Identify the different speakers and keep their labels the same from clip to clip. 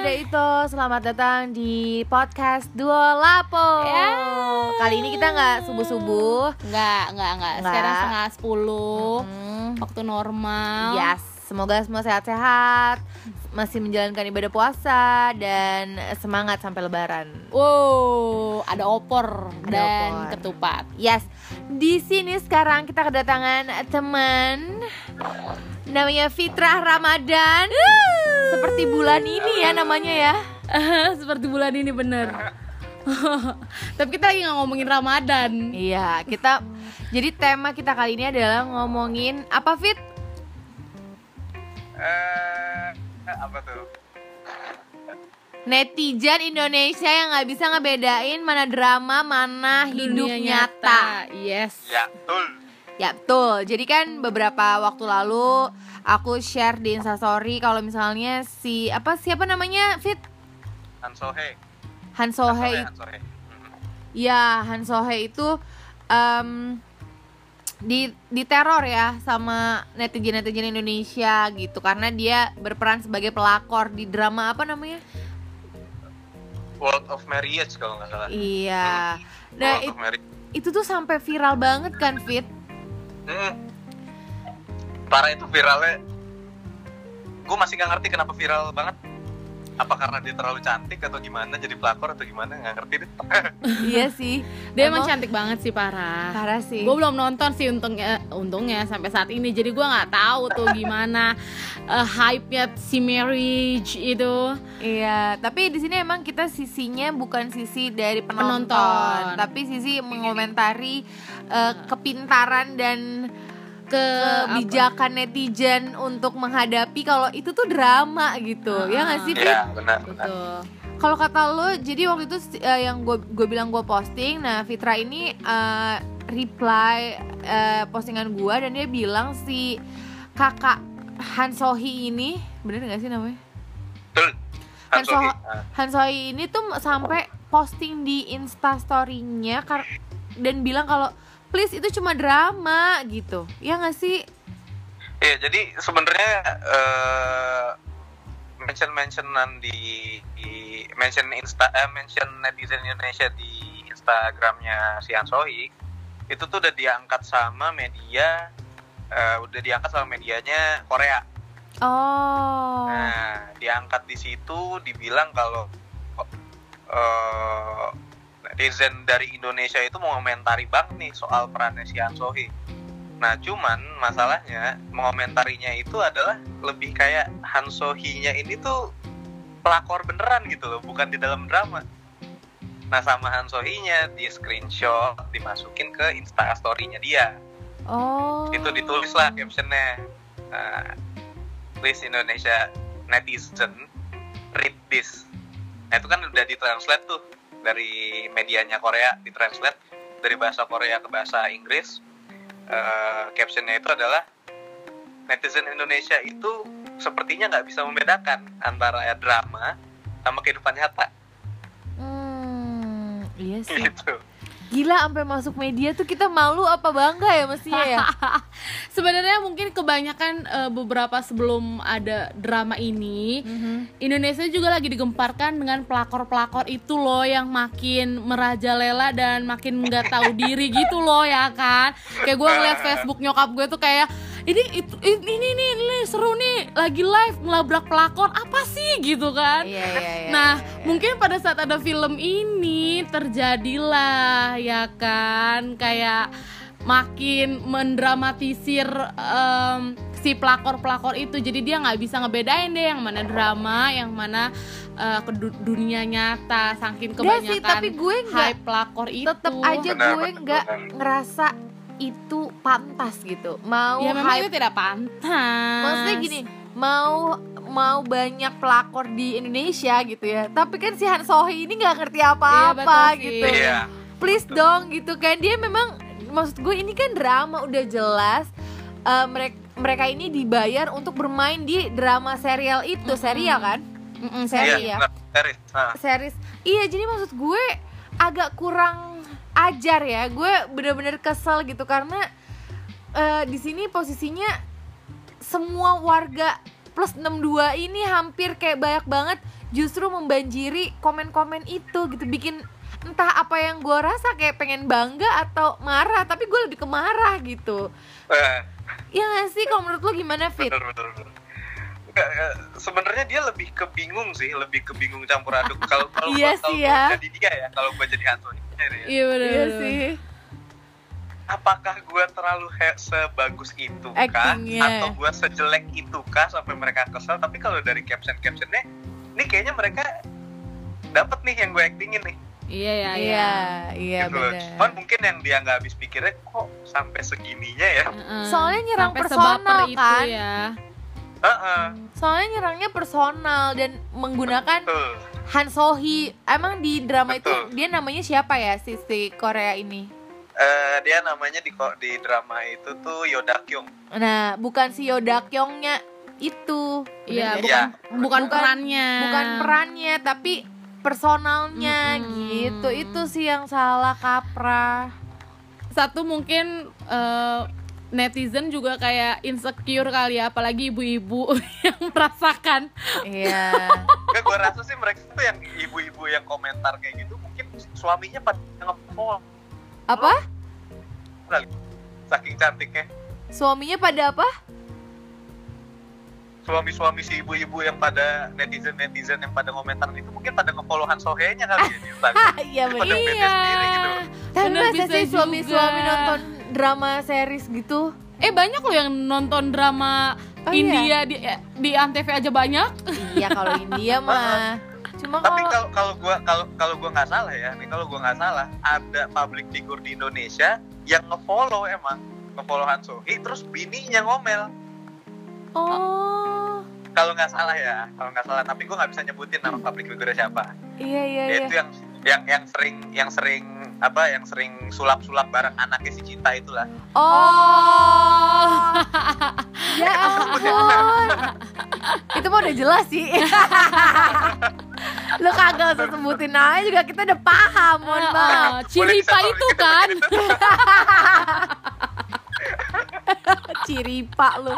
Speaker 1: Reito, selamat datang di podcast Duo Lapo.
Speaker 2: Ya.
Speaker 1: Kali ini kita nggak subuh-subuh.
Speaker 2: Enggak, enggak, enggak.
Speaker 1: Enggak.
Speaker 2: Sekarang setengah sepuluh
Speaker 1: Hmm,
Speaker 2: waktu normal.
Speaker 1: Yes, semoga semua sehat-sehat, masih menjalankan ibadah puasa dan semangat sampai lebaran.
Speaker 2: Wow, ada opor
Speaker 1: Ada
Speaker 2: dan
Speaker 1: opor.
Speaker 2: ketupat.
Speaker 1: Yes, di sini sekarang kita kedatangan teman namanya Fitrah Ramadan. Seperti bulan ini ya namanya ya.
Speaker 2: Seperti bulan ini bener. Tapi kita lagi nggak ngomongin Ramadan.
Speaker 1: Iya, kita jadi tema kita kali ini adalah ngomongin apa Fit?
Speaker 3: Eh, apa tuh?
Speaker 1: Netizen Indonesia yang nggak bisa ngebedain mana drama, mana hidup
Speaker 2: Dunia
Speaker 1: nyata.
Speaker 2: Yes.
Speaker 3: Ya, betul.
Speaker 1: Ya betul. Jadi kan beberapa waktu lalu aku share di Instastory kalau misalnya si apa siapa namanya Fit
Speaker 3: Han Sohe.
Speaker 1: Han
Speaker 3: Han
Speaker 1: Sohei
Speaker 3: Han Sohe. Hmm.
Speaker 1: Ya, Han Sohe itu em, di diteror ya sama netizen-netizen Indonesia gitu karena dia berperan sebagai pelakor di drama apa namanya?
Speaker 3: World of Marriage kalau nggak salah. Hmm.
Speaker 1: Iya. Nah,
Speaker 3: World
Speaker 1: it-
Speaker 3: of Marriage.
Speaker 1: itu tuh sampai viral banget kan, Fit?
Speaker 3: Hmm. Parah itu viralnya. Gue masih nggak ngerti kenapa viral banget. Apa karena dia terlalu cantik atau gimana? Jadi pelakor atau gimana? Nggak ngerti deh.
Speaker 1: iya sih.
Speaker 2: Dia emang cantik banget sih parah.
Speaker 1: parah sih.
Speaker 2: Gue belum nonton sih untungnya, untungnya sampai saat ini. Jadi gue nggak tahu tuh gimana eh, hype-nya si marriage itu.
Speaker 1: Iya, tapi di sini emang kita sisinya bukan sisi dari penonton,
Speaker 2: Penonton.
Speaker 1: tapi sisi mengomentari eh, kepintaran dan
Speaker 2: Ke
Speaker 1: kebijakan netizen untuk menghadapi kalau itu tuh drama gitu.
Speaker 2: Ah.
Speaker 1: Ya nggak sih, Fit?
Speaker 3: Iya, benar, benar.
Speaker 2: Betul.
Speaker 1: Kalau kata lo, jadi waktu itu eh, yang gue gue bilang gue posting, nah Fitra ini eh, reply eh, postingan gue dan dia bilang si kakak Han Sohi ini, bener nggak sih namanya?
Speaker 3: Betul. Han
Speaker 1: Han,
Speaker 3: Sohe. Ah.
Speaker 1: Soh- Han Sohi ini tuh sampai posting di Insta story-nya kar- dan bilang kalau please itu cuma drama gitu. Ya nggak sih?
Speaker 3: Iya, jadi sebenarnya eh mention-mentionan di, di mention insta eh, mention netizen Indonesia di Instagramnya si Ansohi itu tuh udah diangkat sama media eh, udah diangkat sama medianya Korea.
Speaker 1: Oh.
Speaker 3: Nah, diangkat di situ dibilang kalau oh, eh netizen dari Indonesia itu mengomentari banget nih soal perannya si Han Sohee. Nah, cuman masalahnya mengomentarinya itu adalah lebih kayak Han Sohee-nya ini tuh pelakor beneran gitu loh, bukan di dalam drama. Nah, sama Han Sohee-nya di screenshot dimasukin ke Insta story-nya dia
Speaker 1: Oh.
Speaker 3: itu ditulis lah captionnya uh, please Indonesia netizen read this nah itu kan udah ditranslate tuh dari medianya Korea ditranslate dari bahasa Korea ke bahasa Inggris Uh, captionnya itu adalah netizen Indonesia itu sepertinya nggak bisa membedakan antara drama sama kehidupan nyata
Speaker 1: Hmm, iya sih.
Speaker 3: gitu
Speaker 1: Gila sampai masuk media tuh kita malu apa bangga ya mestinya ya?
Speaker 2: Sebenarnya mungkin kebanyakan eh, beberapa sebelum ada drama ini, Indonesia juga lagi digemparkan dengan pelakor-pelakor itu loh yang makin merajalela dan makin nggak tahu diri gitu loh ya kan. Kayak gue ngeliat Facebook nyokap gue tuh kayak ini itu ini ini, ini, ini seru nih lagi live ngelabrak pelakor apa sih gitu kan.
Speaker 1: Iya, iya, iya.
Speaker 2: Nah, mungkin pada saat ada film ini terjadilah ya kan kayak makin mendramatisir em, si pelakor-pelakor itu. Jadi dia nggak bisa ngebedain deh yang mana drama, yang mana eh, ke du- dunia nyata. Saking
Speaker 1: Udah
Speaker 2: kebanyakan
Speaker 1: sih, tapi gue nggak
Speaker 2: hype pelakor itu.
Speaker 1: tetep aja
Speaker 3: Benar,
Speaker 1: gue
Speaker 3: benar,
Speaker 1: nggak
Speaker 3: benar.
Speaker 1: ngerasa itu pantas gitu. Mau
Speaker 2: ya memang
Speaker 1: hype-
Speaker 2: itu tidak pantas.
Speaker 1: maksudnya gini, mau mau banyak pelakor di Indonesia gitu ya. Tapi kan si Han Sohee ini nggak ngerti
Speaker 2: Iya,
Speaker 1: apa-apa
Speaker 2: betul sih.
Speaker 1: gitu.
Speaker 3: iya
Speaker 1: please dong gitu kan dia memang maksud gue ini kan drama udah jelas mereka mereka ini dibayar untuk bermain di drama serial itu serial kan
Speaker 2: Mm-mm,
Speaker 1: Seri
Speaker 3: iya
Speaker 1: ya?
Speaker 3: benar. Seri. Nah,
Speaker 1: series iya jadi maksud gue agak kurang ajar ya gue bener-bener kesel gitu karena eh, di sini posisinya semua warga plus 62 ini hampir kayak banyak banget justru membanjiri komen-komen itu gitu bikin entah apa yang gue rasa kayak pengen bangga atau marah tapi gue lebih ke marah gitu
Speaker 3: Eh,
Speaker 1: ya nggak sih kalau menurut lo gimana fit
Speaker 3: bener bener bener. Nggak, eh, sebenarnya dia lebih kebingung sih lebih kebingung campur aduk kalau kalau
Speaker 1: Iya
Speaker 3: gua-
Speaker 1: sih
Speaker 3: kalau gua
Speaker 1: ya.
Speaker 3: jadi dia ya kalau gue jadi Anthony ya.
Speaker 2: Iya benar.
Speaker 1: iya sih
Speaker 3: apakah gue terlalu he- sebagus itu kah
Speaker 1: Actingnya.
Speaker 3: atau gue sejelek itu kah sampai mereka kesel tapi kalau dari caption captionnya ini kayaknya mereka dapat nih yang gue actingin nih
Speaker 2: Iya ya.
Speaker 1: iya iya
Speaker 3: gitu loh.
Speaker 1: benar
Speaker 3: cuman mungkin yang dia nggak habis pikirnya kok sampai segininya ya
Speaker 1: Mm.
Speaker 2: Heeh.
Speaker 1: Soalnya nyerang
Speaker 2: Sampai
Speaker 1: personal,
Speaker 2: sebaper
Speaker 1: kan?
Speaker 2: Itu ya.
Speaker 3: Heeh,
Speaker 1: soalnya nyerangnya personal dan menggunakan
Speaker 3: betul
Speaker 1: Han Sohee emang di drama itu
Speaker 3: Betul.
Speaker 1: dia namanya siapa ya si si Korea ini
Speaker 3: Eh, dia namanya di ko- di drama itu tuh Yoda Kyung
Speaker 1: nah bukan si Yoda Kyongnya itu
Speaker 2: Iya,
Speaker 1: Bener nggak?
Speaker 2: bukan, bukan
Speaker 1: Ah, Bukan-
Speaker 2: perannya.
Speaker 1: bukan perannya tapi personalnya
Speaker 2: Mm-mm.
Speaker 1: gitu itu sih yang salah kaprah
Speaker 2: Satu mungkin eh, netizen juga kayak insecure kali ya, apalagi ibu-ibu yang merasakan.
Speaker 1: iya
Speaker 3: Nggak, gue rasa sih mereka tuh yang ibu-ibu yang komentar kayak gitu mungkin suaminya pada ngepol
Speaker 1: apa
Speaker 3: saking cantiknya
Speaker 1: suaminya pada apa
Speaker 3: suami-suami si ibu-ibu yang pada netizen-netizen yang pada komentar itu mungkin pada nge-follow Han Sohye-nya kali ya di Instagram.
Speaker 1: iya
Speaker 3: Itu
Speaker 1: bener
Speaker 3: pada bete sendiri gitu.
Speaker 1: tapi
Speaker 2: Bener
Speaker 1: masa
Speaker 2: bisa
Speaker 1: sih suami-suami
Speaker 2: juga.
Speaker 1: nonton drama series gitu
Speaker 2: Eh banyak loh yang nonton drama
Speaker 1: Oh,
Speaker 2: India di eh, di Antv aja banyak.
Speaker 1: iya kalau India mah cuma
Speaker 3: Tapi
Speaker 1: kalau
Speaker 3: kalau kalau gua kalau kalau gua nggak salah ya, nih kalau gua nggak salah ada public figure di Indonesia yang nge-follow emang nge-follow Han Sohye terus bininya ngomel.
Speaker 1: oh
Speaker 3: Kalau nggak salah ya, kalau nggak salah tapi gua nggak bisa nyebutin nama public figure siapa.
Speaker 1: iya iya iya
Speaker 3: Itu yang yang yang sering yang sering apa yang sering sulap-sulap bareng anaknya si Cinta itulah.
Speaker 1: oh ya ampun itu mah udah jelas sih lu kagak usah sebutin namanya juga kita udah paham mohon
Speaker 2: Eh,
Speaker 1: maaf
Speaker 2: eh, Ciripa
Speaker 3: Boleh
Speaker 2: itu
Speaker 3: disensor
Speaker 2: kan.
Speaker 3: dikit, dikit.
Speaker 1: ciri pak Oh. lu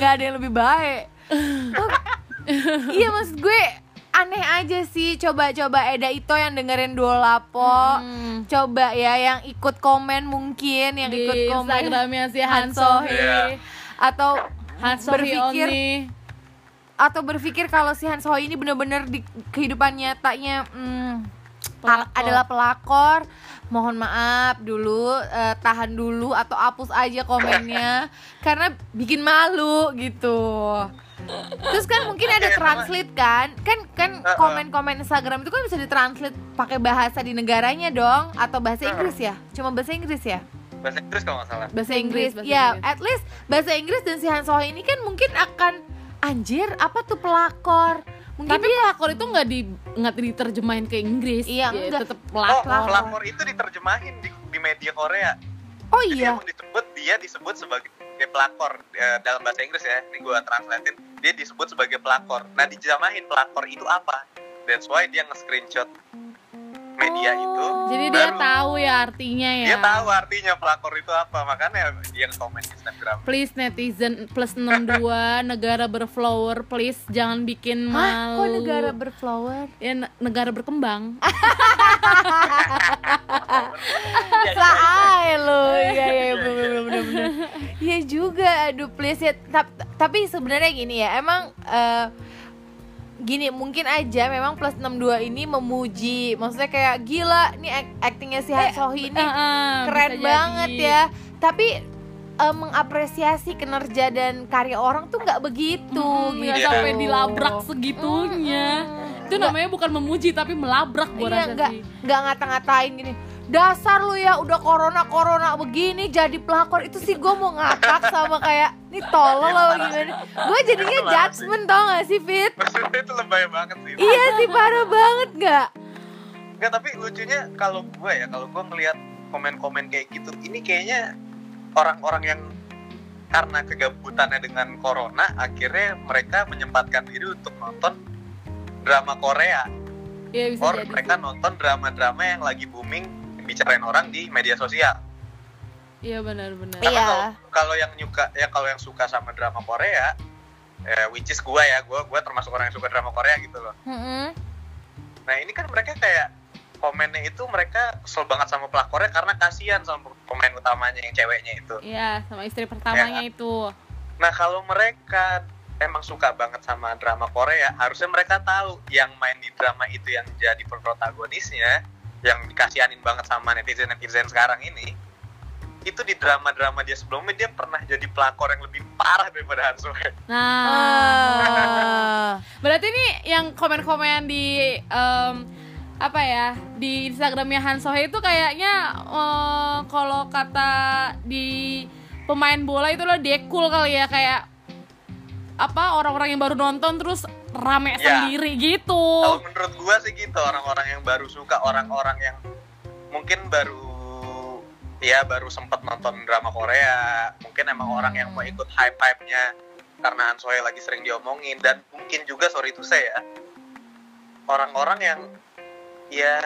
Speaker 1: nggak ada yang lebih baik Oh, iya maksud gue aneh aja sih coba-coba Eda Ito yang dengerin Dua Lapo
Speaker 2: Hmm.
Speaker 1: coba ya yang ikut komen mungkin yang
Speaker 2: Di
Speaker 1: ikut komen
Speaker 2: Instagramnya si
Speaker 1: Han
Speaker 2: Han
Speaker 3: Iya.
Speaker 2: Sohee.
Speaker 1: atau
Speaker 2: Han Sohee
Speaker 1: Berpikir-
Speaker 2: only.
Speaker 1: atau berpikir kalau si Han Sohee ini bener-bener di kehidupan nyatanya hmm,
Speaker 2: Pelakor.
Speaker 1: adalah pelakor mohon maaf dulu eh, tahan dulu atau hapus aja komennya karena bikin malu gitu terus kan mungkin ada
Speaker 3: Iya, sama.
Speaker 1: translate kan kan kan
Speaker 3: Uh-uh.
Speaker 1: komen-komen Instagram itu kan bisa ditranslate pakai bahasa di negaranya dong atau bahasa
Speaker 3: Uh-uh.
Speaker 1: Inggris ya cuma bahasa Inggris ya
Speaker 3: Iya. Bahasa Inggris kalau nggak salah.
Speaker 1: bahasa Inggris,
Speaker 2: Inggris, bahasa
Speaker 1: ya
Speaker 2: Inggris.
Speaker 1: at least bahasa Inggris dan si Han Sohee ini kan mungkin akan anjir apa tuh pelakor mungkin
Speaker 2: Tapi pelakor itu nggak di nggak diterjemahin ke Inggris.
Speaker 1: Iya,
Speaker 2: Ya,
Speaker 1: enggak.
Speaker 2: tetep
Speaker 3: Oh,
Speaker 2: pelakor.
Speaker 3: pelakor itu diterjemahin di, di media Korea.
Speaker 1: oh
Speaker 3: Jadi
Speaker 1: iya
Speaker 3: emang disebut dia disebut sebagai pelakor eh, dalam bahasa Inggris ya. Ini gua translatein, dia disebut sebagai pelakor. Nah, dijemahin pelakor itu apa? That's why dia nge-screenshot
Speaker 1: Oh. Iya.
Speaker 3: media itu.
Speaker 2: Jadi dia
Speaker 3: Baru.
Speaker 2: tahu ya artinya ya.
Speaker 3: Dia tahu artinya pelakor itu apa, makanya dia komen di Instagram.
Speaker 2: Please netizen plus 62 negara berflower please jangan bikin malu.
Speaker 1: Hah, kok negara Ah, berflower
Speaker 2: Ya, ne- negara berkembang.
Speaker 1: Saai lo Iya iya iya, bener bener bener bener. Iya juga aduh please ya Tap- Tapi sebenarnya gini ya emang eh, Gini mungkin aja memang plus 62 ini memuji Maksudnya kayak gila nih act- actingnya si
Speaker 2: Eh,
Speaker 1: Han Sohee ini
Speaker 2: Heeh,
Speaker 1: keren
Speaker 2: Ah, bisa jadi.
Speaker 1: banget ya Tapi eh, mengapresiasi kinerja dan karya orang tuh nggak begitu
Speaker 2: Hmm,
Speaker 1: gitu.
Speaker 2: nggak sampai dilabrak segitunya. Itu namanya bukan memuji tapi melabrak gua
Speaker 1: Hmm. Iya,
Speaker 2: rasa
Speaker 1: nggak
Speaker 2: sih.
Speaker 1: nggak ngata-ngatain gini dasar lu ya udah corona corona begini jadi pelakor itu sih gue mau ngakak sama kayak nih tolol lo gimana gue jadinya judgement tau gak sih fit
Speaker 3: Maksudnya itu lebay banget sih.
Speaker 1: iya sih parah banget nggak
Speaker 3: Enggak, tapi lucunya kalau gue ya, kalau gue ngelihat komen-komen kayak gitu, ini kayaknya orang-orang yang karena kegabutannya dengan corona, akhirnya mereka menyempatkan diri untuk nonton drama Korea,
Speaker 2: Iya, bisa
Speaker 3: or
Speaker 2: jadi.
Speaker 3: mereka nonton drama-drama yang lagi booming bicarain orang di media sosial.
Speaker 2: Iya benar-benar.
Speaker 1: Iya.
Speaker 3: Karena kalau- kalau yang nyuka, ya kalau yang suka sama drama Korea, eh, which is gua ya gua gua termasuk orang yang suka drama Korea gitu loh
Speaker 1: Mm-mm.
Speaker 3: nah ini kan mereka kayak komennya itu mereka kesel banget sama pelakornya karena kasihan sama pemain utamanya yang ceweknya itu
Speaker 2: Iya, sama istri pertamanya
Speaker 1: Iya.
Speaker 2: itu.
Speaker 3: Nah kalau mereka emang suka banget sama drama Korea, harusnya mereka tahu yang main di drama itu yang jadi protagonisnya, yang dikasihanin banget sama netizen-netizen sekarang ini, itu di drama-drama dia sebelumnya dia pernah jadi pelakor yang lebih parah daripada Han Soo Hye.
Speaker 2: Nah,
Speaker 1: Ah.
Speaker 2: berarti ini yang komen-komen di em, apa ya di Instagramnya Han Sohee itu kayaknya eh, kalau kata di pemain bola itu loh dekul kali ya kayak apa orang-orang yang baru nonton terus rame
Speaker 3: Ya.
Speaker 2: sendiri gitu.
Speaker 3: Kalau
Speaker 1: Oh.
Speaker 3: menurut gua sih gitu orang-orang yang baru suka orang-orang yang mungkin baru ya baru sempat nonton drama Korea, mungkin emang orang yang mau ikut hype-hype-nya karena Han Soo Hye lagi sering diomongin dan mungkin juga sorry itu saya orang-orang yang ya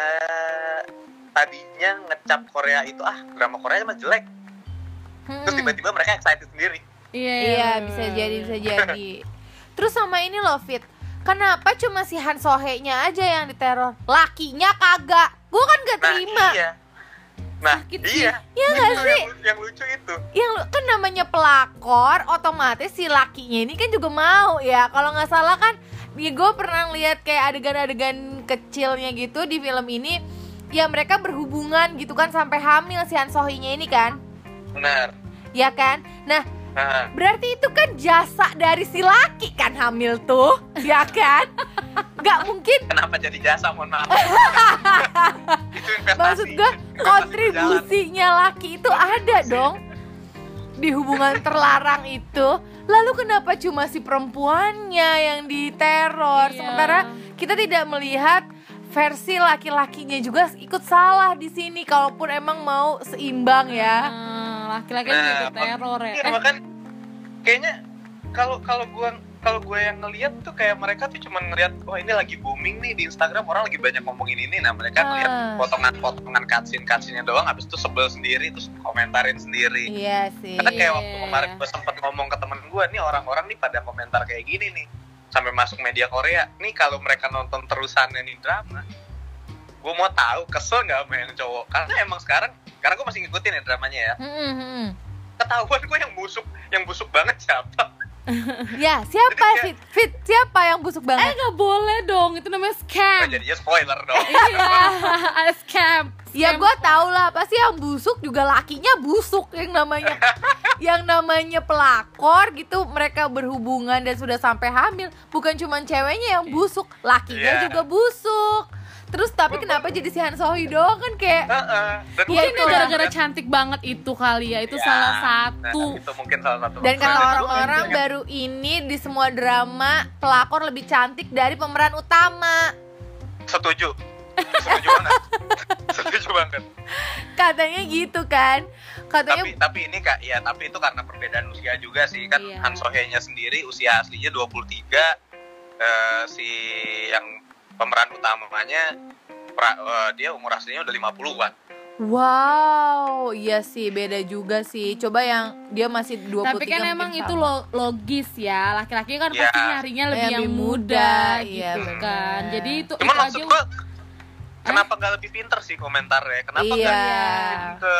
Speaker 3: tadinya ngecap Korea itu ah drama Korea mah jelek
Speaker 1: Hmm.
Speaker 3: terus
Speaker 1: Mm-mm.
Speaker 3: tiba-tiba mereka excited sendiri
Speaker 2: Iya,
Speaker 1: Iya bisa jadi bisa jadi. Terus sama ini loh Fit, kenapa cuma si Han Sohe-nya aja yang diteror? Lakinya kagak. Gue kan gak
Speaker 3: nah
Speaker 1: terima.
Speaker 3: iya nah
Speaker 2: Sakit sih.
Speaker 3: iya
Speaker 1: Iya nggak
Speaker 3: Itu
Speaker 1: sih?
Speaker 3: yang, lu- yang lucu itu
Speaker 1: Yang lu- kan namanya pelakor, otomatis si lakinya ini kan juga mau ya. Kalau nggak salah kan, ya gue pernah lihat kayak adegan-adegan kecilnya gitu di film ini. Ya mereka berhubungan gitu kan sampai hamil si Han Sohe-nya ini kan,
Speaker 3: benar
Speaker 1: ya kan? Nah
Speaker 3: nah,
Speaker 1: Berarti itu kan jasa dari si laki kan hamil tuh, ya kan? Gak mungkin
Speaker 3: Kenapa jadi jasa mohon maaf? itu investasi.
Speaker 1: maksud gue
Speaker 3: Investasi
Speaker 1: kontribusinya laki itu ada dong di hubungan terlarang itu. Lalu kenapa cuma si perempuannya yang diteror?
Speaker 2: Iya.
Speaker 1: Sementara kita tidak melihat versi laki-lakinya juga ikut salah di sini kalaupun emang mau seimbang ya.
Speaker 2: Nah, Laki-laki juga
Speaker 3: Nah,
Speaker 2: ikut teror ya.
Speaker 3: berjalan. Iya,
Speaker 2: Eh,
Speaker 3: makan kayaknya kalau kalau gue kalau gue yang ngelihat tuh kayak mereka tuh cuman ngelihat wah ini lagi booming nih di Instagram orang lagi banyak ngomongin ini nah
Speaker 1: Ah.
Speaker 3: mereka ngeliat potongan-potongan cutscene cutscene doang habis itu sebel sendiri terus komentarin sendiri
Speaker 1: Iya sih.
Speaker 3: karena kayak waktu
Speaker 2: Iya.
Speaker 3: kemarin gue sempet ngomong ke temen gue nih orang-orang nih pada komentar kayak gini nih sampai masuk media Korea nih kalau mereka nonton terusannya nih drama gue mau tahu kesel nggak sama yang cowok karena emang sekarang karena gue masih ngikutin ya dramanya ya
Speaker 1: Mm-mm, mm-mm.
Speaker 3: ketahuan gue yang busuk yang busuk banget siapa
Speaker 1: Ya, siapa
Speaker 3: Jadi
Speaker 1: Fit? Fit, siapa yang busuk
Speaker 2: eh,
Speaker 1: banget?
Speaker 2: nggak boleh dong, itu namanya
Speaker 3: nah,
Speaker 2: scam.
Speaker 3: jadinya spoiler dong
Speaker 2: Iya, scam.
Speaker 1: Ya
Speaker 2: Scam.
Speaker 1: gue tau lah, pasti yang busuk juga lakinya busuk yang namanya yang namanya pelakor gitu mereka berhubungan dan sudah sampai hamil bukan cuma ceweknya yang busuk lakinya
Speaker 3: Iya.
Speaker 1: juga busuk terus tapi kenapa jadi si Han Sohee doang kan kayak
Speaker 3: Heeh. dan
Speaker 2: Mungkin
Speaker 1: Iya, itu
Speaker 3: gue juga
Speaker 2: gara-gara
Speaker 3: ngeliat-
Speaker 2: cantik banget itu kali ya, itu
Speaker 3: Oh, Ya,
Speaker 2: salah
Speaker 3: nah,
Speaker 2: satu.
Speaker 3: itu mungkin salah satu
Speaker 1: dan kata
Speaker 3: Nah,
Speaker 1: orang-orang
Speaker 3: gue-
Speaker 1: baru ini di semua drama pelakor lebih cantik dari pemeran utama
Speaker 3: setuju setuju banget setuju banget
Speaker 1: katanya gitu kan katanya
Speaker 3: tapi tapi ini kak ya tapi itu karena perbedaan usia juga sih kan
Speaker 2: Iya.
Speaker 3: Han nya sendiri usia aslinya 23 eh, si yang pemeran utamanya pra- eh, dia umur aslinya udah 50-an
Speaker 1: Wow, iya sih beda juga sih. Coba yang dia masih 23
Speaker 2: Tapi kan
Speaker 1: mungkin
Speaker 2: emang itu
Speaker 1: sama.
Speaker 2: lo- logis ya, laki-laki kan
Speaker 3: Ya.
Speaker 2: pasti nyarinya lebih
Speaker 1: Yang
Speaker 2: yang
Speaker 1: lebih
Speaker 2: muda
Speaker 1: muda, iya,
Speaker 2: gitu
Speaker 1: benar.
Speaker 2: kan. Jadi itu
Speaker 3: cuman
Speaker 2: itu
Speaker 3: maksud gua kenapa nggak lebih pinter sih komentarnya kenapa nggak
Speaker 1: Iya.
Speaker 3: ke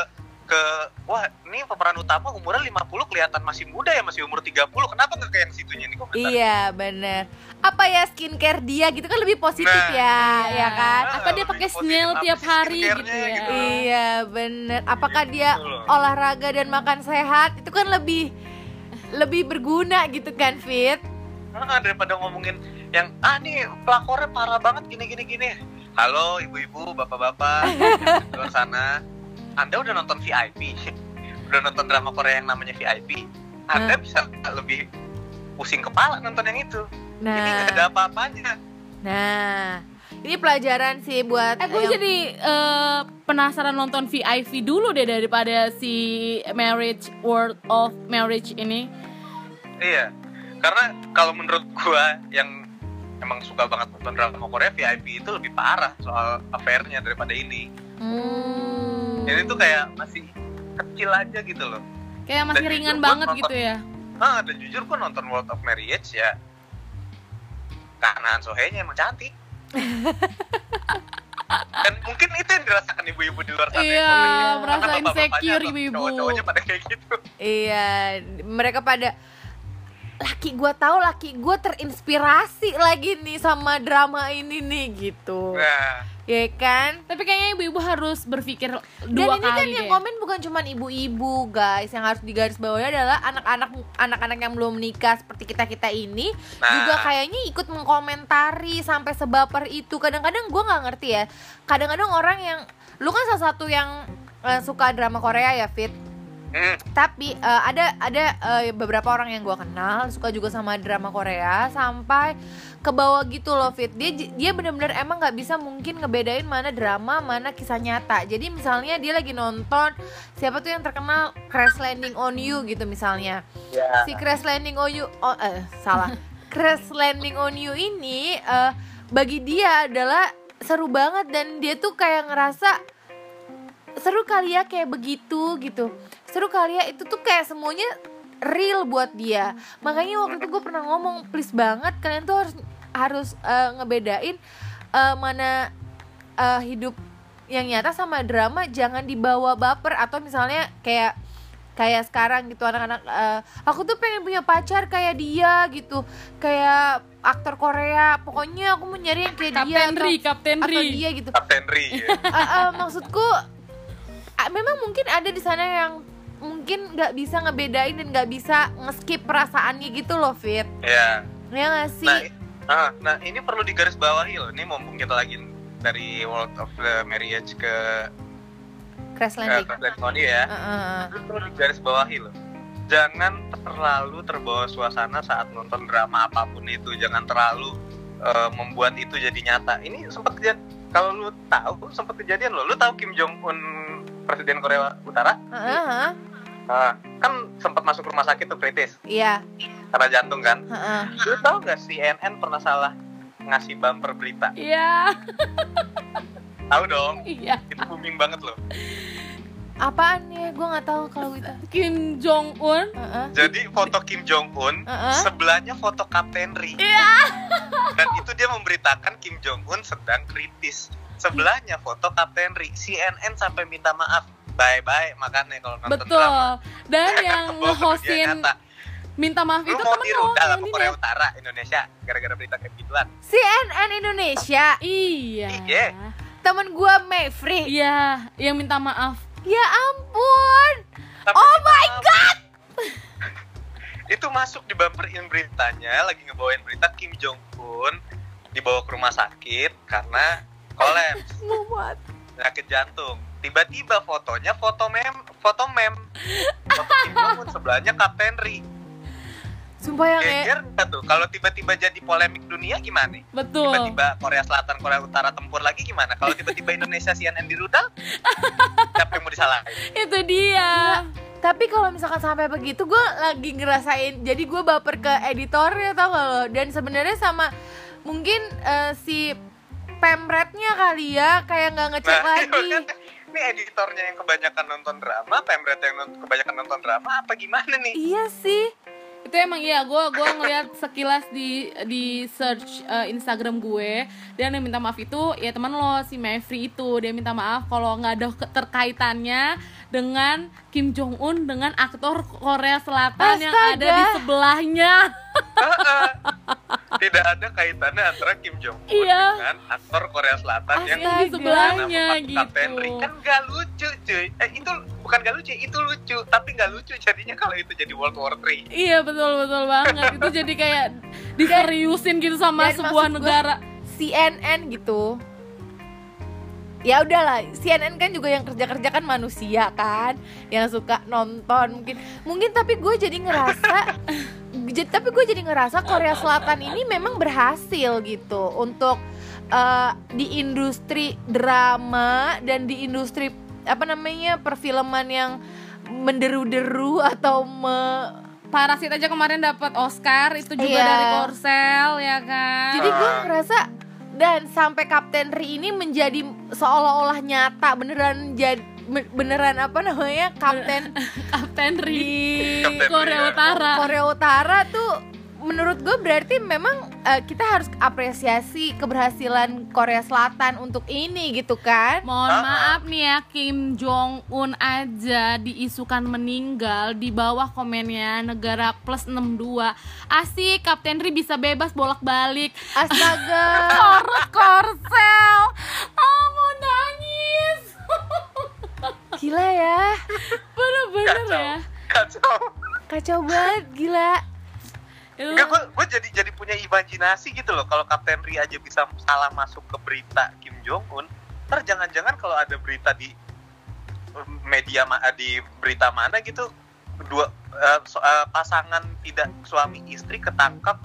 Speaker 3: ke wah ini pemeran utama umurnya 50 kelihatan masih muda ya masih umur 30 kenapa nggak kayak yang situnya nih komentar
Speaker 1: Iya, bener. Apa ya skincare dia gitu kan lebih positif
Speaker 3: Nah.
Speaker 1: ya, ya kan?
Speaker 3: Ah,
Speaker 2: Apa dia
Speaker 3: lebih
Speaker 2: pakai
Speaker 3: positif,
Speaker 2: snail
Speaker 3: apa
Speaker 2: tiap hari
Speaker 3: skincare-nya
Speaker 2: gitu ya?
Speaker 3: gitu.
Speaker 1: Iya, bener. Apakah
Speaker 3: Gitu
Speaker 1: dia
Speaker 3: loh.
Speaker 1: olahraga dan makan sehat itu kan lebih lebih berguna gitu kan, Fit?
Speaker 3: Heeh, daripada ngomongin yang ah nih pelakornya parah banget gini gini gini halo ibu-ibu bapak-bapak yang di luar sana anda udah nonton VIP udah nonton drama Korea yang namanya VIP anda bisa lebih pusing kepala nonton yang itu ini nggak ada
Speaker 1: Nah,
Speaker 3: apa-apanya
Speaker 1: nah. Ini pelajaran sih buat
Speaker 2: Eh, gue
Speaker 1: yang-
Speaker 2: jadi eh, penasaran nonton VIP dulu deh daripada si Marriage World of Marriage ini.
Speaker 3: Iya, karena kalau menurut gua yang emang suka banget nonton drama Korea VIP itu lebih parah soal affairnya daripada ini.
Speaker 1: Hmm.
Speaker 3: Jadi itu kayak masih kecil aja gitu loh.
Speaker 2: Kayak masih
Speaker 3: Dan
Speaker 2: ringan
Speaker 3: jujur, gua
Speaker 2: banget
Speaker 3: nonton-
Speaker 2: gitu ya.
Speaker 3: ah dan jujur gue nonton World of Marriage ya karena Han Sohye-nya emang cantik dan mungkin itu yang dirasakan ibu-ibu di luar sana ya,
Speaker 2: Iya,
Speaker 3: mungkin.
Speaker 2: merasa
Speaker 3: Karena bapak-bapaknya
Speaker 2: insecure
Speaker 3: atau
Speaker 2: ibu-ibu.
Speaker 3: cowok-cowoknya pada kayak gitu
Speaker 1: Iya, mereka pada laki gue tahu laki gue terinspirasi lagi nih sama drama ini nih gitu,
Speaker 3: nah
Speaker 1: ya kan?
Speaker 2: Tapi kayaknya ibu-ibu harus berpikir
Speaker 1: Dan
Speaker 2: dua
Speaker 1: ini
Speaker 2: kali
Speaker 1: kan yang
Speaker 2: deh.
Speaker 1: komen bukan cuman ibu-ibu guys Yang harus digarisbawahi adalah anak-anak anak-anak yang belum menikah seperti kita-kita ini
Speaker 3: Nah.
Speaker 1: Juga kayaknya ikut mengkomentari sampai sebaper itu Kadang-kadang gue gak ngerti ya Kadang-kadang orang yang Lu kan salah satu yang eh, suka drama Korea ya Fit
Speaker 3: hmm,
Speaker 1: tapi eh, ada ada eh, beberapa orang yang gua kenal suka juga sama drama Korea sampai ke bawah gitu loh fit dia j- dia benar-benar emang nggak bisa mungkin ngebedain mana drama mana kisah nyata jadi misalnya dia lagi nonton siapa tuh yang terkenal Crash Landing on You gitu misalnya
Speaker 3: ya
Speaker 1: si Crash Landing on You oh, eh salah Crash Landing on You ini eh, bagi dia adalah seru banget dan dia tuh kayak ngerasa seru kali ya kayak begitu gitu seru kali ya itu tuh kayak semuanya real buat dia makanya waktu itu gue pernah ngomong please banget kalian tuh harus harus eh, ngebedain eh, mana eh, hidup yang nyata sama drama jangan dibawa baper atau misalnya kayak kayak sekarang gitu anak-anak eh, aku tuh pengen punya pacar kayak dia gitu kayak aktor Korea pokoknya aku mau nyari yang kayak dia
Speaker 2: Kapten
Speaker 1: atau,
Speaker 2: Ri, Kapten
Speaker 1: atau
Speaker 2: Ri.
Speaker 1: dia gitu
Speaker 3: Kapten Ri ya.
Speaker 1: Ah, ah, maksudku ah, memang mungkin ada di sana yang mungkin nggak bisa ngebedain dan nggak bisa ngeskip perasaannya gitu loh fit
Speaker 3: ya
Speaker 1: ya nggak sih
Speaker 3: nah, i- ah, nah ini perlu digarisbawahi loh ini mumpung kita lagi dari World of the Marriage ke
Speaker 1: crash
Speaker 3: eh,
Speaker 1: landing
Speaker 3: Kapten Tony ya
Speaker 1: Ah, ah, ah.
Speaker 3: itu perlu digarisbawahi loh jangan terlalu terbawa suasana saat nonton drama apapun itu jangan terlalu eh, membuat itu jadi nyata ini sempat kejadian kalau lu tahu sempat kejadian loh lu tahu Kim Jong Un presiden Korea Utara
Speaker 1: Ah, ah, ah.
Speaker 3: Ah, kan sempat masuk rumah sakit tuh kritis
Speaker 1: iya
Speaker 3: karena jantung kan
Speaker 1: ah, ah.
Speaker 3: lu tahu nggak CNN pernah salah ngasih bumper berita
Speaker 2: Iya,
Speaker 3: tahu dong
Speaker 2: iya.
Speaker 3: itu booming banget loh
Speaker 1: apaan ya gue nggak tahu kalau itu
Speaker 2: Kim Jong Un.
Speaker 1: Ah, ah.
Speaker 3: jadi foto Kim Jong Un
Speaker 1: Heeh.
Speaker 3: sebelahnya foto Kapten Ri
Speaker 2: Iya.
Speaker 3: dan itu dia memberitakan Kim Jong Un sedang kritis sebelahnya foto Kapten Ri CNN sampai minta maaf bye bye makanya kalau nonton drama
Speaker 2: Betul. Dan yang
Speaker 3: Bawa ke dunia
Speaker 2: nge-hostin
Speaker 3: nyata.
Speaker 2: minta maaf
Speaker 3: lu
Speaker 2: itu
Speaker 3: mau
Speaker 2: temen
Speaker 3: tiru
Speaker 2: lo.
Speaker 3: udah lah
Speaker 2: yang
Speaker 3: ke
Speaker 2: di
Speaker 3: Korea
Speaker 2: net.
Speaker 3: Utara Indonesia gara-gara berita kayak gituan
Speaker 1: CNN Indonesia
Speaker 2: Iya.
Speaker 3: Iya.
Speaker 1: temen gue Mayfrey
Speaker 2: Iya, yang minta maaf.
Speaker 1: ya ampun
Speaker 3: Tapi
Speaker 1: oh
Speaker 3: minta
Speaker 1: my
Speaker 3: maaf.
Speaker 1: god
Speaker 3: itu masuk di bumperin beritanya lagi ngebawain berita Kim Jong Un dibawa ke rumah sakit karena kolaps
Speaker 1: Muat.
Speaker 3: sakit jantung tiba-tiba fotonya foto mem foto mem foto Kim Jong Un sebelahnya Kapten Ri
Speaker 1: sumpah yang ya
Speaker 3: geger nggak tuh kalau tiba-tiba jadi polemik dunia gimana
Speaker 2: Betul.
Speaker 3: tiba-tiba Korea Selatan Korea Utara tempur lagi gimana kalau tiba-tiba Indonesia CNN dirudal siapa yang mau disalahin
Speaker 2: Itu dia.
Speaker 1: Tapi kalau misalkan sampai begitu gue lagi ngerasain jadi gue baper ke editornya tau gak lo dan sebenarnya sama mungkin eh, si pemretnya kali ya kayak nggak ngecek lagi
Speaker 3: kan, ini editornya yang kebanyakan nonton drama pemret yang non- kebanyakan nonton drama apa gimana nih
Speaker 1: iya sih
Speaker 2: itu emang iya gue gua ngeliat sekilas di di search uh, Instagram gue dan yang minta maaf itu ya teman lo si Mavri itu dia minta maaf kalau nggak ada keterkaitannya dengan Kim Jong Un dengan aktor Korea Selatan yang
Speaker 1: Astaga.
Speaker 2: ada di sebelahnya
Speaker 3: Heeh. tidak ada kaitannya antara Kim Jong Un
Speaker 2: Iya.
Speaker 3: dengan aktor Korea Selatan yang
Speaker 2: yang di
Speaker 1: Astaga.
Speaker 2: sebelahnya
Speaker 3: Nama Pak Kapten
Speaker 2: gitu
Speaker 3: Ri. kan gak lucu cuy eh, itu bukan gak lucu itu lucu tapi gak lucu jadinya kalau itu jadi World War 3
Speaker 2: iya betul betul banget itu jadi kayak diseriusin gitu sama
Speaker 1: Dan
Speaker 2: sebuah
Speaker 1: maksud gue-
Speaker 2: negara
Speaker 1: CNN gitu ya udahlah CNN kan juga yang kerja kerja kan manusia kan yang suka nonton mungkin mungkin tapi gue jadi ngerasa j- tapi gue jadi ngerasa Korea Selatan ini memang berhasil gitu untuk eh, di industri drama dan di industri apa namanya perfilman yang menderu-deru atau me-
Speaker 2: Parasit aja kemarin dapat Oscar itu juga
Speaker 1: Iya.
Speaker 2: dari Korsel ya kan
Speaker 1: Jadi gue ngerasa dan sampai Kapten Ri ini menjadi seolah-olah nyata beneran jadi men- beneran apa namanya kapten
Speaker 2: Kapten Ri
Speaker 1: di
Speaker 3: Kapten
Speaker 2: Korea
Speaker 3: Ri.
Speaker 2: Utara.
Speaker 1: Korea Utara tuh menurut gue berarti memang eh, kita harus apresiasi keberhasilan Korea Selatan untuk ini gitu kan
Speaker 2: Mohon
Speaker 3: Ah, ah.
Speaker 2: maaf nih ya Kim Jong Un aja diisukan meninggal di bawah komennya negara plus 62. Asik Kapten Ri bisa bebas bolak-balik.
Speaker 1: astaga
Speaker 2: Korut korsel. Oh mau nangis.
Speaker 1: gila ya
Speaker 2: Bener-bener
Speaker 3: kacau
Speaker 2: ya.
Speaker 3: kacau
Speaker 1: kacau banget gila
Speaker 2: Duh.
Speaker 3: enggak gue jadi jadi punya imajinasi gitu loh kalau Kapten Ri aja bisa salah masuk ke berita Kim Jong Un ntar jangan-jangan kalau ada berita di media ma- di berita mana gitu dua eh, so- eh, pasangan tidak suami istri ketangkap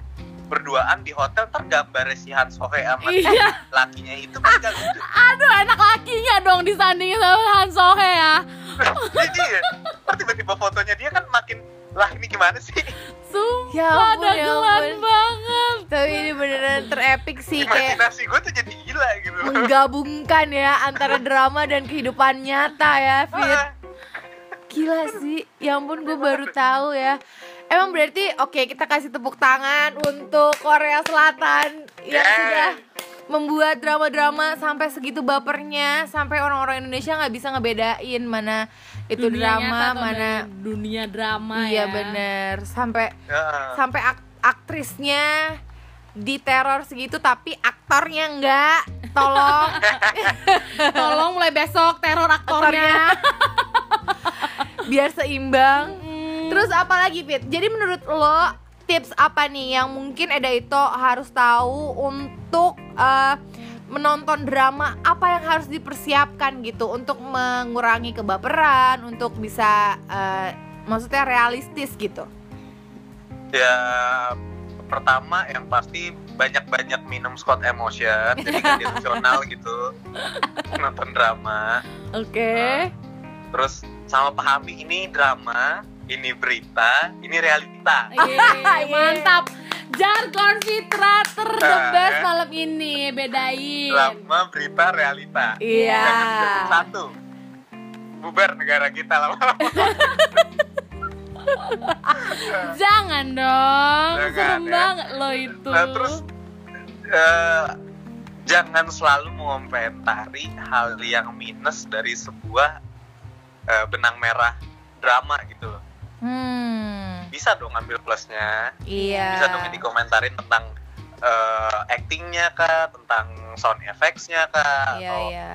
Speaker 3: berduaan di hotel tergambar si Han Sohee sama
Speaker 2: Iya.
Speaker 3: lakinya itu kan gak lucu
Speaker 2: Aduh anak lakinya dong disandingin sama Han Sohe ya.
Speaker 3: jadi ya ntar tiba-tiba fotonya dia kan makin lah ini gimana sih
Speaker 2: Sumpah
Speaker 1: Ya ampun, ya
Speaker 2: dagelan
Speaker 1: ampun.
Speaker 2: banget.
Speaker 1: tapi ini beneran terepik sih Iya, kayak
Speaker 3: imajinasi gue tuh jadi gila gitu
Speaker 1: menggabungkan ya antara drama dan kehidupan nyata ya Fit
Speaker 3: Ah,
Speaker 1: gila sih ya ampun gue baru tahu ya emang berarti oke kita kasih tepuk tangan untuk Korea Selatan yang
Speaker 3: Yeay.
Speaker 1: sudah membuat drama-drama sampai segitu bapernya sampai orang-orang Indonesia nggak bisa ngebedain mana itu
Speaker 2: Dunia
Speaker 1: drama
Speaker 2: nyata atau
Speaker 1: mana
Speaker 2: dunia drama ya.
Speaker 1: iya bener sampai
Speaker 3: ya.
Speaker 1: sampai ak- aktrisnya diteror segitu tapi aktornya enggak tolong
Speaker 2: Tolong mulai besok teror
Speaker 1: ya.
Speaker 2: aktornya.
Speaker 1: aktornya biar seimbang
Speaker 2: Hmm.
Speaker 1: Terus apa lagi Fit? Jadi menurut lo tips apa nih yang mungkin Eda itu harus tahu untuk eh, menonton drama apa yang harus dipersiapkan gitu untuk mengurangi kebaperan, untuk bisa eh, maksudnya realistis gitu.
Speaker 3: ya pertama yang pasti banyak-banyak minum Scott Emotion jadi kan emosional gitu nonton
Speaker 2: Nah.
Speaker 3: drama
Speaker 1: Oke.
Speaker 3: terus sama pahami ini drama ini berita ini realita
Speaker 1: Iya.
Speaker 2: Yeay, mantap. Jargon Fitra ter the
Speaker 3: Eh.
Speaker 2: best malam ini bedain.
Speaker 3: drama berita realita
Speaker 1: Iya.
Speaker 3: Jangan dijadiin satu bubar negara kita lama-lama
Speaker 2: Jangan dong,
Speaker 3: Jangan,
Speaker 2: serem
Speaker 3: ya.
Speaker 2: banget lo itu.
Speaker 3: Nah, terus eh, jangan selalu mengomentari hal yang minus dari sebuah eh, benang merah drama gitu loh.
Speaker 1: Hmm.
Speaker 3: Bisa dong ambil plusnya,
Speaker 1: Iya.
Speaker 3: bisa dong dikomentarin tentang eh, actingnya kah, tentang sound effects-nya kah,
Speaker 1: Iya,
Speaker 3: atau
Speaker 1: iya.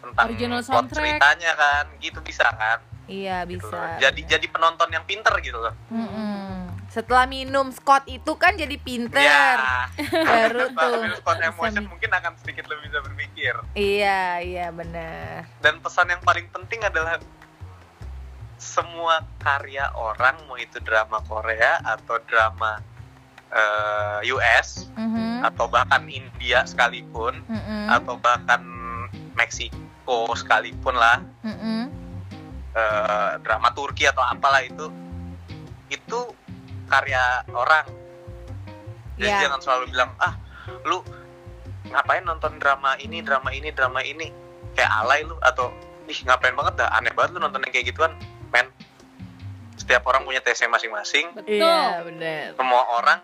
Speaker 3: tentang
Speaker 2: Original
Speaker 3: plot
Speaker 2: soundtrack.
Speaker 3: ceritanya kan, gitu bisa kan?
Speaker 1: Iya,
Speaker 3: Gitu
Speaker 1: bisa.
Speaker 3: loh. Jadi jadi penonton yang pinter gitu loh.
Speaker 1: Mm-mm. Setelah minum Scott itu kan jadi pinter.
Speaker 3: Ya.
Speaker 1: Baru
Speaker 3: Kalau
Speaker 1: tuh.
Speaker 3: ambil spot
Speaker 1: bisa
Speaker 3: emotion
Speaker 1: mi-
Speaker 3: mungkin akan sedikit lebih bisa berpikir.
Speaker 1: Iya, iya benar.
Speaker 3: dan pesan yang paling penting adalah semua karya orang mau itu drama Korea atau drama eh, US
Speaker 1: Mhm.
Speaker 3: atau bahkan India sekalipun
Speaker 1: Mm-mm.
Speaker 3: atau bahkan Meksiko sekalipun lah
Speaker 1: Mm-mm.
Speaker 3: eh, drama Turki atau apalah itu itu karya orang jadi
Speaker 1: Ya.
Speaker 3: jangan selalu bilang ah lu ngapain nonton drama ini drama ini drama ini kayak alay lu atau ih ngapain banget dah aneh banget lu nonton yang kayak gituan men setiap orang punya TC masing-masing
Speaker 2: Betul.
Speaker 1: Iya benar.
Speaker 3: semua orang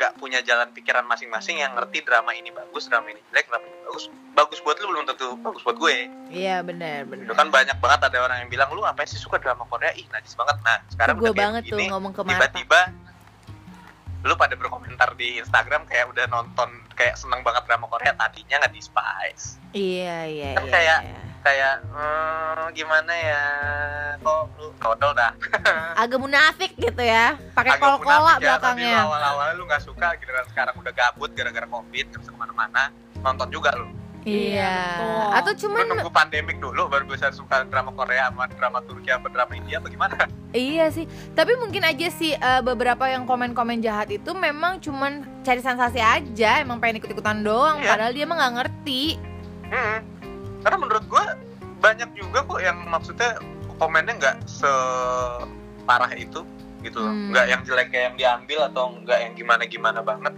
Speaker 3: nggak punya jalan pikiran masing-masing yang ngerti drama ini bagus drama ini jelek drama ini bagus bagus buat lu belum tentu bagus buat gue
Speaker 1: Iya benar
Speaker 3: itu
Speaker 1: benar.
Speaker 3: kan banyak banget ada orang yang bilang lu apa sih suka drama Korea ih najis banget nah sekarang
Speaker 1: Gue
Speaker 3: udah kayak
Speaker 1: banget tuh
Speaker 3: begini,
Speaker 1: ngomong ke mata.
Speaker 3: tiba-tiba lu pada berkomentar di Instagram kayak udah nonton kayak seneng banget drama Korea tadinya nggak di Spice
Speaker 1: Iya iya
Speaker 3: Kan
Speaker 1: iya.
Speaker 3: kayak-
Speaker 1: iya.
Speaker 3: kayak "Hmm, gimana ya kok lu todol dah
Speaker 1: Agak munafik gitu ya. Pakai
Speaker 3: Agak
Speaker 1: kol-kola
Speaker 3: munafik ya, tadi lu
Speaker 1: belakangnya.
Speaker 3: awal-awal lu nggak suka giliran sekarang udah gabut gara-gara covid nggak bisa kemana-mana nonton juga lu
Speaker 1: Iya.
Speaker 2: Betul.
Speaker 1: Atau
Speaker 3: lu
Speaker 1: cuman
Speaker 3: nunggu pandemik dulu baru bisa suka drama Korea sama drama Turki sama drama India atau gimana
Speaker 1: iya sih. Tapi mungkin aja sih eh, beberapa yang komen-komen jahat itu memang cuman cari sensasi aja, emang pengen ikut-ikutan doang
Speaker 3: Iya.
Speaker 1: padahal dia emang nggak ngerti.
Speaker 3: Mm-mm. Hmm. Karena menurut gue banyak juga kok yang maksudnya komennya nggak separah itu gitu loh.
Speaker 1: Hmm.
Speaker 3: Nggak yang jelek kayak yang diambil atau nggak yang gimana-gimana banget.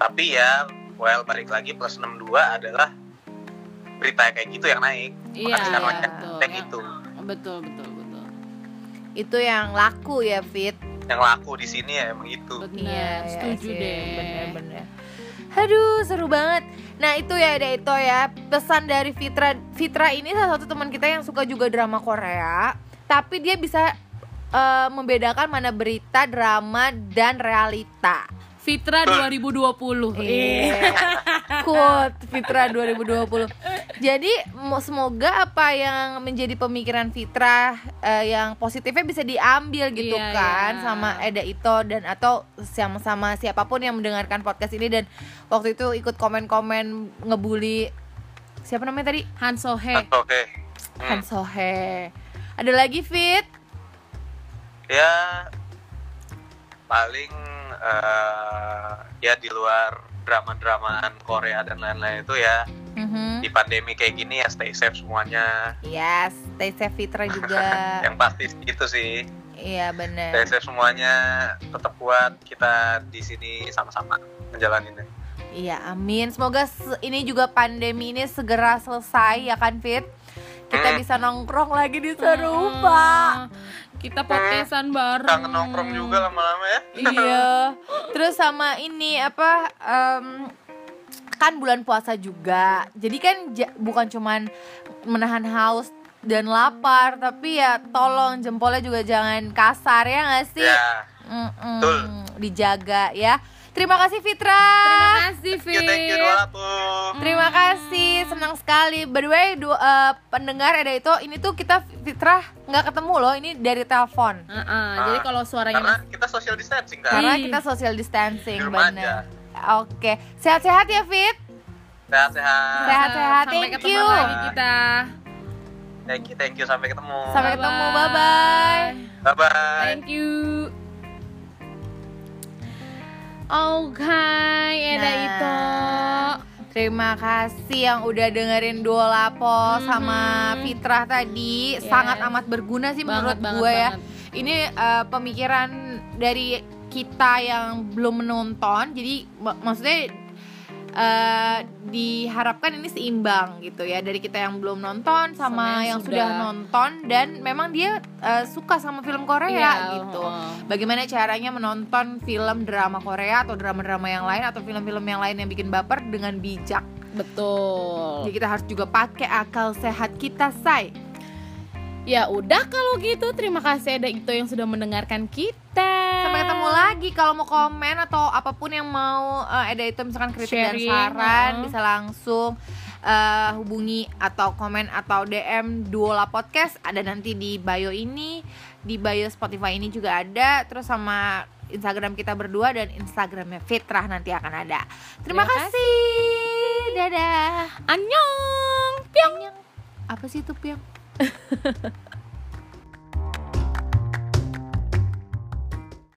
Speaker 3: Tapi ya, well balik lagi plus 62 adalah berita kayak gitu yang naik
Speaker 2: Iya,
Speaker 3: bukan sekarang
Speaker 1: iya,
Speaker 2: betul.
Speaker 3: yang kan gitu. itu
Speaker 2: betul betul betul
Speaker 1: itu yang laku ya Fit Iya,
Speaker 3: yang laku di sini ya emang itu
Speaker 2: benar setuju
Speaker 1: sih,
Speaker 2: deh
Speaker 1: bener-bener Aduh seru banget Nah itu ya Daito ya Pesan dari Fitra Fitra ini salah satu teman kita yang suka juga drama Korea Tapi dia bisa eh, membedakan mana berita, drama, dan realita
Speaker 2: Fitra 2020 Iya.
Speaker 1: Iya. Quote Fitra 2020. Jadi mo- semoga apa yang menjadi pemikiran Fitra eh, yang positifnya bisa diambil gitu
Speaker 2: Iya,
Speaker 1: kan
Speaker 2: iya.
Speaker 1: sama Eda Ito dan atau sama-sama siapapun yang mendengarkan podcast ini dan waktu itu ikut komen-komen ngebully siapa namanya tadi?
Speaker 2: Han Sohe
Speaker 3: oke Hmm.
Speaker 1: Han Sohe. Ada lagi Fit?
Speaker 3: ya paling eh, ya di luar drama-dramaan Korea dan lain-lain itu ya
Speaker 1: Mhm.
Speaker 3: di pandemi kayak gini ya stay safe semuanya
Speaker 1: Yes, stay safe Fitra juga.
Speaker 3: yang pasti itu sih
Speaker 1: Iya bener
Speaker 3: stay safe semuanya tetap kuat kita di sini sama-sama menjalaninya
Speaker 1: Iya, amin. Semoga se- ini juga pandemi ini segera selesai ya kan, Fit? Kita
Speaker 3: Hmm.
Speaker 1: bisa nongkrong lagi di serupa.
Speaker 2: Hmm. kita podcastan bareng
Speaker 3: kangen nongkrong juga lama-lama ya
Speaker 1: iya. Terus sama ini apa em, kan bulan puasa juga. Jadi kan ja- bukan cuman menahan haus dan lapar, tapi ya tolong jempolnya juga jangan kasar ya nggak sih?
Speaker 3: ya
Speaker 1: Mm-mm.
Speaker 3: Betul.
Speaker 1: Dijaga ya. Terima kasih Fitra.
Speaker 2: terima kasih
Speaker 3: thank you ya, thank you
Speaker 2: Fit.
Speaker 3: dua tuh
Speaker 1: Terima
Speaker 2: Hmm.
Speaker 1: kasih, senang sekali. By the way, du- eh, pendengar ada itu, ini tuh kita Fitrah nggak ketemu loh, ini dari telepon.
Speaker 2: Ah, ah, jadi kalau suaranya
Speaker 3: karena
Speaker 2: masih
Speaker 3: kita social distancing kan
Speaker 1: Karena
Speaker 2: Ih.
Speaker 1: kita social distancing,
Speaker 3: Di rumah aja.
Speaker 1: Iya benar. Oke, sehat-sehat ya Fit.
Speaker 3: sehat-sehat
Speaker 1: Sehat-sehat,
Speaker 2: Sampai
Speaker 1: thank
Speaker 2: ketemu
Speaker 1: you.
Speaker 2: lagi kita.
Speaker 3: thank you thank you sampai ketemu
Speaker 1: Sampai ketemu,
Speaker 2: Bye-bye.
Speaker 1: bye-bye.
Speaker 3: bye bye
Speaker 2: Thank you. Okay, ada
Speaker 1: Nah.
Speaker 2: itu.
Speaker 1: Terima kasih yang udah dengerin Duo Lapo sama Fitrah
Speaker 2: Hmm.
Speaker 1: tadi.
Speaker 2: Yes.
Speaker 1: Sangat amat berguna sih menurut
Speaker 2: Banget, banget,
Speaker 1: gue ya.
Speaker 2: banget.
Speaker 1: Ini eh, pemikiran dari kita yang belum menonton. Jadi mak- maksudnya eh, diharapkan ini seimbang gitu ya dari kita yang belum nonton sama,
Speaker 2: Sama yang
Speaker 1: yang, sudah.
Speaker 2: sudah.
Speaker 1: nonton dan memang dia eh, suka sama film Korea
Speaker 2: Iya,
Speaker 1: gitu.
Speaker 2: heeh.
Speaker 1: Bagaimana caranya menonton film drama Korea atau drama-drama yang lain atau film-film yang lain yang bikin baper dengan bijak.
Speaker 2: Betul.
Speaker 1: Jadi kita harus juga pakai akal sehat kita, say.
Speaker 2: Ya udah kalau gitu terima kasih ada itu yang sudah mendengarkan kita.
Speaker 1: Sampai ketemu lagi kalau mau komen atau apapun yang mau eh, ada itu misalkan kritik
Speaker 2: Sharing,
Speaker 1: dan saran
Speaker 2: uh-uh.
Speaker 1: bisa langsung eh, hubungi atau komen atau DM Duola Podcast ada nanti di bio ini, di bio Spotify ini juga ada, terus sama Instagram kita berdua dan Instagramnya Fitrah nanti akan ada. Terima
Speaker 2: Terima
Speaker 1: kasih. Dadah.
Speaker 2: Annyeong. Pyong.
Speaker 1: Apa sih itu, Piang?